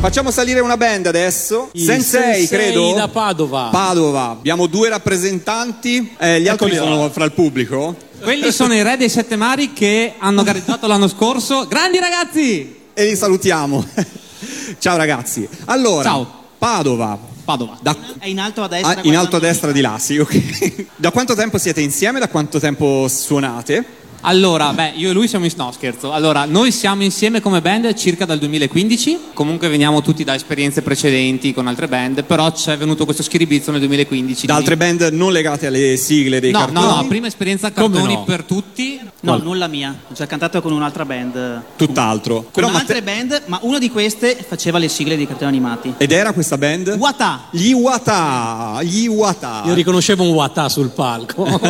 Facciamo salire una band adesso. I sensei, Sensei credo. da Padova. Padova. Abbiamo due rappresentanti. Eh, gli altri Eccoli là. sono fra il pubblico. Quelli sono i re dei sette mari che hanno gareggiato l'anno scorso. Grandi ragazzi! E li salutiamo. Ciao ragazzi. Allora, Ciao. Padova. Padova. Da- È in alto a destra. ah, in alto a guardando- destra di là, sì, ok. Da quanto tempo siete insieme? Da quanto tempo suonate? Allora, beh, io e lui siamo in... No, scherzo. Allora, noi siamo insieme come band circa dal 2015. Comunque veniamo tutti da esperienze precedenti con altre band, però c'è venuto questo schiribizzo nel 2015. Da di- altre band non legate alle sigle dei No, no, cartoni? no, prima esperienza a Come cartoni no? per tutti. No, nulla mia. Ho già cantato con un'altra band. Tutt'altro. Con Però Matte- altre band, ma una di queste faceva le sigle dei cartoni animati. Ed era questa band? Wata! Gli Iwata, gli Iwata. Io riconoscevo un Wata sul palco.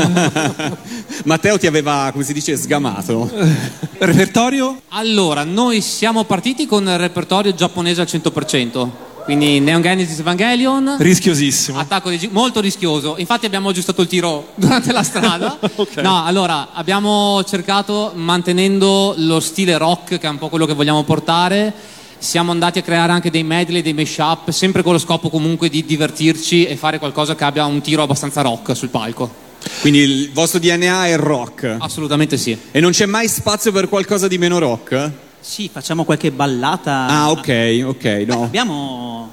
Matteo ti aveva, come si dice, sgamato. Repertorio? Allora, noi siamo partiti con il repertorio giapponese al 100%, quindi Neon Genesis Evangelion, Rischiosissimo. attacco di gi- molto rischioso. Infatti abbiamo aggiustato il tiro durante la strada. Ok. No, allora, abbiamo cercato mantenendo lo stile rock che è un po' quello che vogliamo portare. Siamo andati a creare anche dei medley, dei mashup, sempre con lo scopo comunque di divertirci e fare qualcosa che abbia un tiro abbastanza rock sul palco. Quindi il vostro DNA è rock. Assolutamente sì. E non c'è mai spazio per qualcosa di meno rock? Sì, facciamo qualche ballata. Ah, ok, ok, no. Abbiamo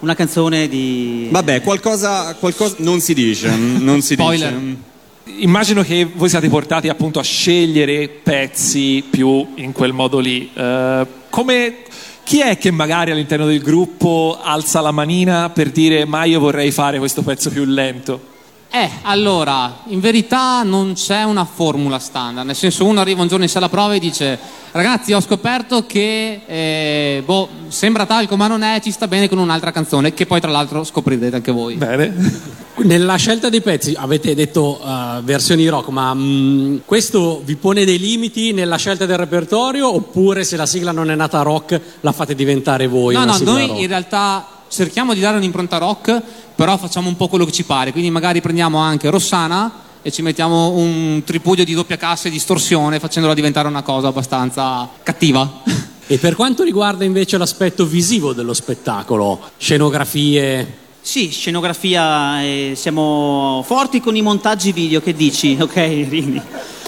una canzone di. Vabbè, qualcosa, qualcosa non si dice, mm, non si Spoiler. dice. Mm. Immagino che voi siate portati appunto a scegliere pezzi più in quel modo lì. Eh, come chi è che magari all'interno del gruppo alza la manina per dire ma io vorrei fare questo pezzo più lento? Eh, allora, in verità non c'è una formula standard, nel senso uno arriva un giorno in sala prova e dice ragazzi ho scoperto che eh, boh, sembra talco ma non è, ci sta bene con un'altra canzone che poi tra l'altro scoprirete anche voi. Bene. Nella scelta dei pezzi avete detto eh, versioni rock, ma mm, questo vi pone dei limiti nella scelta del repertorio oppure se la sigla non è nata rock la fate diventare voi? no, una no, sigla noi rock? in realtà cerchiamo di dare un'impronta rock, però facciamo un po' quello che ci pare, quindi magari prendiamo anche Rossana e ci mettiamo un tripudio di doppia cassa e distorsione facendola diventare una cosa abbastanza cattiva. E per quanto riguarda invece l'aspetto visivo dello spettacolo, scenografie... Sì, scenografia. eh, siamo forti con i montaggi video, che dici? Ok, Rini.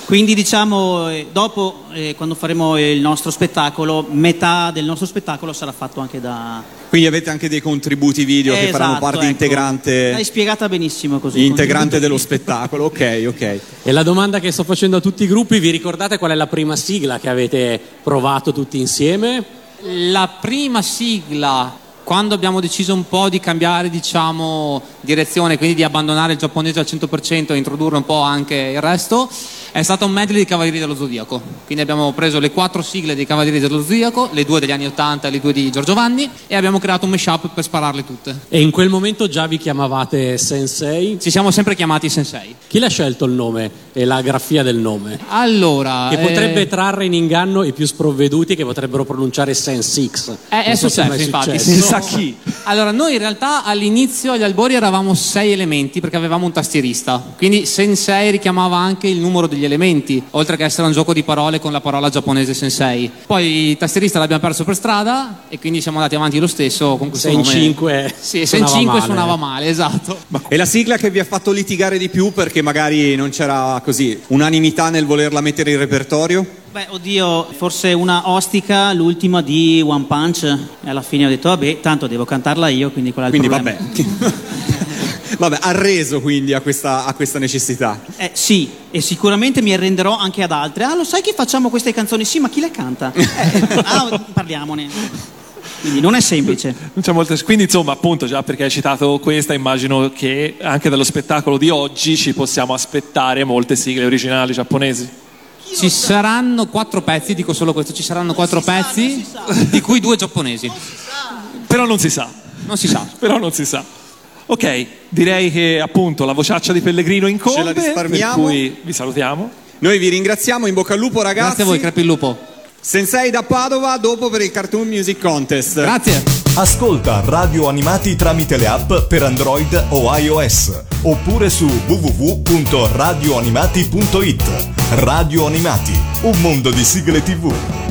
Quindi diciamo, eh, dopo, eh, quando faremo il nostro spettacolo, metà del nostro spettacolo sarà fatto anche da... Quindi avete anche dei contributi video che faranno Esatto, parte ecco. L'hai integrante, spiegata benissimo così. integrante dello spettacolo. Ok, ok. E la domanda che sto facendo a tutti i gruppi, vi ricordate qual è la prima sigla che avete provato tutti insieme? La prima sigla, quando abbiamo deciso un po' di cambiare diciamo, direzione, quindi di abbandonare il giapponese al 100% e introdurre un po' anche il resto, è stato un medley di Cavalieri dello Zodiaco. Quindi abbiamo preso le quattro sigle dei Cavalieri dello Zodiaco, le due degli anni 80 e le due di Giorgio Vanni, e abbiamo creato un mashup per spararle tutte. E in quel momento già vi chiamavate Sensei? Ci siamo sempre chiamati Sensei. Chi l'ha scelto il nome e la grafia del nome? Allora, Che potrebbe eh, trarre in inganno i più sprovveduti che potrebbero pronunciare Sensix. Eh, è Non so se successo, mai infatti. successo. Chissà chi. Allora, noi in realtà all'inizio agli albori eravamo sei elementi perché avevamo un tastierista. Quindi sensei richiamava anche il numero degli elementi, oltre che essere un gioco di parole con la parola giapponese sensei. Poi il tastierista l'abbiamo perso per strada e quindi siamo andati avanti lo stesso con questo Se in nome. 5 Sì, se in suonava 5 male. suonava male, esatto. E la sigla che vi ha fatto litigare di più perché magari non c'era così unanimità nel volerla mettere in repertorio? Beh, oddio, forse una ostica, l'ultima di One Punch. E alla fine ho detto, vabbè, tanto devo cantarla io, quindi quella è il Quindi problema. vabbè. vabbè, arreso quindi a questa, a questa necessità. Eh, sì, e sicuramente mi arrenderò anche ad altre. Ah, lo sai che facciamo queste canzoni? Sì, ma chi le canta? Eh, ah, parliamone. Quindi non è semplice. Non c'è molto- Quindi, insomma, appunto, già perché hai citato questa, immagino che anche dallo spettacolo di oggi ci possiamo aspettare molte sigle originali giapponesi. Ci saranno quattro pezzi, dico solo questo, ci saranno quattro pezzi, di cui due giapponesi. Però non si sa, Non si sa. però non si sa. Ok, direi che appunto la vociaccia di Pellegrino incombe, Ce la risparmiamo. per cui vi salutiamo. Noi vi ringraziamo, in bocca al lupo ragazzi. Grazie a voi, crepi il lupo. Sensei da Padova, dopo per il Cartoon Music Contest. Grazie. Ascolta Radio Animati tramite le app per Android o iOS oppure su www.radioanimati.it. Radio Animati, un mondo di sigle TV.